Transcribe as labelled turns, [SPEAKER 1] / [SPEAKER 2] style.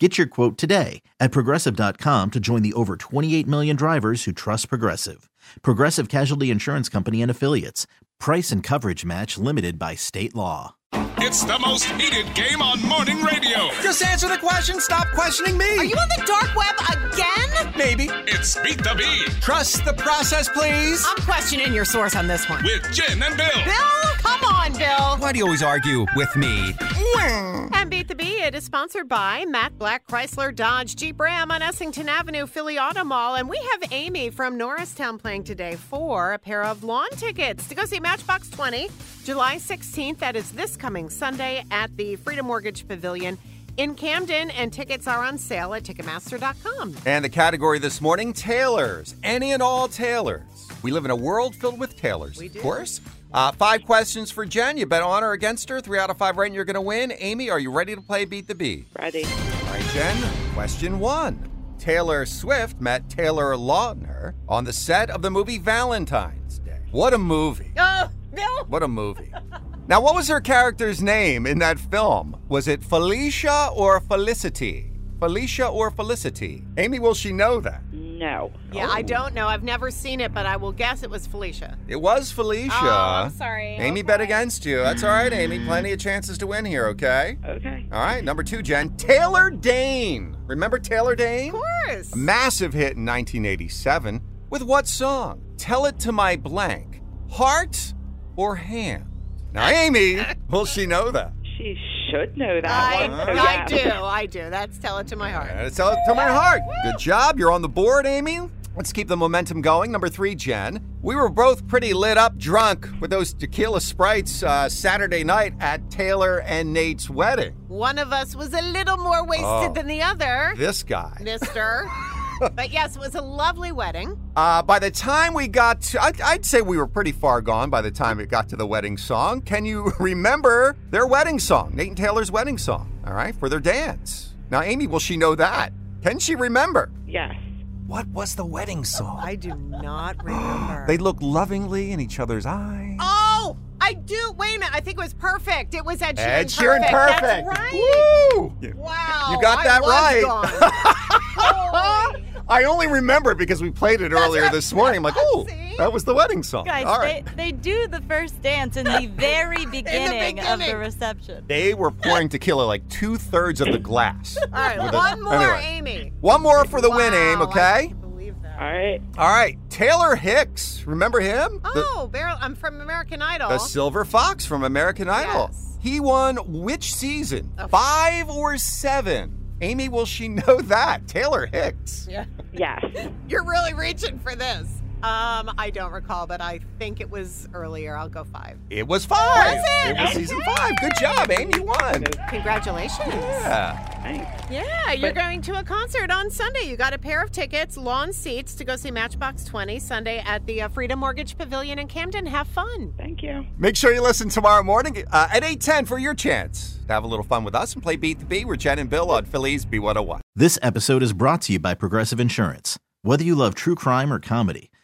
[SPEAKER 1] Get your quote today at progressive.com to join the over 28 million drivers who trust Progressive. Progressive Casualty Insurance Company and Affiliates. Price and coverage match limited by state law.
[SPEAKER 2] It's the most heated game on morning radio.
[SPEAKER 3] Just answer the question. Stop questioning me.
[SPEAKER 4] Are you on the dark web again?
[SPEAKER 3] Maybe.
[SPEAKER 2] It's Beat the Bee
[SPEAKER 3] Trust the process, please.
[SPEAKER 4] I'm questioning your source on this one.
[SPEAKER 2] with Jen and Bill.
[SPEAKER 4] Bill, come on, Bill.
[SPEAKER 3] Why do you always argue with me?
[SPEAKER 5] And Beat the Bee, it is sponsored by Matt Black Chrysler Dodge Jeep Ram on Essington Avenue, Philly Auto Mall. And we have Amy from Norristown playing today for a pair of lawn tickets to go see Matchbox 20 July 16th. That is this coming Sunday at the Freedom Mortgage Pavilion in Camden. And tickets are on sale at Ticketmaster.com.
[SPEAKER 3] And the category this morning Taylors. Any and all Taylors. We live in a world filled with Taylors, of course. Uh, five questions for Jen. You bet on or against her. Three out of five right, and you're going to win. Amy, are you ready to play Beat the Bee?
[SPEAKER 6] Ready.
[SPEAKER 3] All right, Jen. Question one Taylor Swift met Taylor Lautner on the set of the movie Valentine's Day. What a movie!
[SPEAKER 4] Oh, Bill.
[SPEAKER 3] What a movie. Now, what was her character's name in that film? Was it Felicia or Felicity? Felicia or Felicity? Amy, will she know that?
[SPEAKER 6] No.
[SPEAKER 5] Yeah, I don't know. I've never seen it, but I will guess it was Felicia.
[SPEAKER 3] It was Felicia.
[SPEAKER 5] Oh, I'm sorry.
[SPEAKER 3] Amy bet against you. That's all right, Amy. Plenty of chances to win here, okay?
[SPEAKER 6] Okay.
[SPEAKER 3] All right, number two, Jen. Taylor Dane. Remember Taylor Dane?
[SPEAKER 5] Of course.
[SPEAKER 3] A massive hit in 1987. With what song? Tell It to My Blank. Heart or Hand? Now, Amy, will she know that?
[SPEAKER 6] She should know that
[SPEAKER 5] I,
[SPEAKER 6] one. Oh,
[SPEAKER 5] I
[SPEAKER 6] yeah.
[SPEAKER 5] do. I do. That's tell it to my heart.
[SPEAKER 3] And it's out to my heart. Good job. You're on the board, Amy. Let's keep the momentum going. Number three, Jen. We were both pretty lit up drunk with those tequila sprites uh, Saturday night at Taylor and Nate's wedding.
[SPEAKER 5] One of us was a little more wasted
[SPEAKER 3] Oh.
[SPEAKER 5] than the other.
[SPEAKER 3] This guy.
[SPEAKER 5] mister. but yes, it was a lovely wedding.
[SPEAKER 3] Uh, by the time we got to, I'd, I'd say we were pretty far gone by the time it got to the wedding song. Can you remember their wedding song, Nate and Taylor's wedding song, all right, for their dance? Now, Amy, will she know that? Can she remember?
[SPEAKER 6] Yes.
[SPEAKER 3] What was the wedding song?
[SPEAKER 5] I do not remember.
[SPEAKER 3] They look lovingly in each other's eyes.
[SPEAKER 5] oh, I do. Wait a minute. I think it was perfect. It was Ed Sheeran.
[SPEAKER 3] Ed Sheeran perfect.
[SPEAKER 5] perfect. That's right.
[SPEAKER 3] Woo!
[SPEAKER 5] Wow.
[SPEAKER 3] You got
[SPEAKER 5] I
[SPEAKER 3] that
[SPEAKER 5] was
[SPEAKER 3] right.
[SPEAKER 5] gone. Holy-
[SPEAKER 3] I only remember it because we played it earlier this morning. I'm like, oh,
[SPEAKER 5] See?
[SPEAKER 3] that was the wedding song.
[SPEAKER 7] Guys,
[SPEAKER 3] All right.
[SPEAKER 7] they, they do the first dance in the very beginning, of
[SPEAKER 5] beginning.
[SPEAKER 7] the reception.
[SPEAKER 3] They were pouring tequila like two thirds of the glass.
[SPEAKER 5] All right,
[SPEAKER 3] With a-
[SPEAKER 5] one more,
[SPEAKER 3] anyway.
[SPEAKER 5] Amy.
[SPEAKER 3] One more for the win,
[SPEAKER 5] Wow,
[SPEAKER 3] Aim,
[SPEAKER 5] I
[SPEAKER 3] okay?
[SPEAKER 5] can't believe that.
[SPEAKER 6] All right.
[SPEAKER 3] All right. Taylor Hicks. Remember him? The,
[SPEAKER 5] Oh, Barrel. I'm from American Idol.
[SPEAKER 3] the Silver Fox from American Idol.
[SPEAKER 5] Oh. Yes. Oh.
[SPEAKER 3] He won which season? Five or seven? Amy, will she know that? Taylor Hicks.
[SPEAKER 6] Yes.
[SPEAKER 5] You're really reaching for this. Um, I don't recall, but I think it was earlier. I'll go five.
[SPEAKER 3] It was five.
[SPEAKER 5] Was it?
[SPEAKER 3] was season five. Good job, Amy. You won.
[SPEAKER 5] Congratulations.
[SPEAKER 3] Yeah.
[SPEAKER 6] Thanks.
[SPEAKER 5] Yeah, you're going to a concert on Sunday. You got a pair of tickets, lawn seats to go see Matchbox 20 Sunday at the uh, Freedom Mortgage Pavilion in Camden. Have fun.
[SPEAKER 6] Thank you.
[SPEAKER 3] Make sure you listen tomorrow morning uh, at 8.10 for your chance to have a little fun with us and play Beat the Bee. We're Jen and Bill on Phillies B101.
[SPEAKER 1] This episode is brought to you by Progressive Insurance. Whether you love true crime or comedy,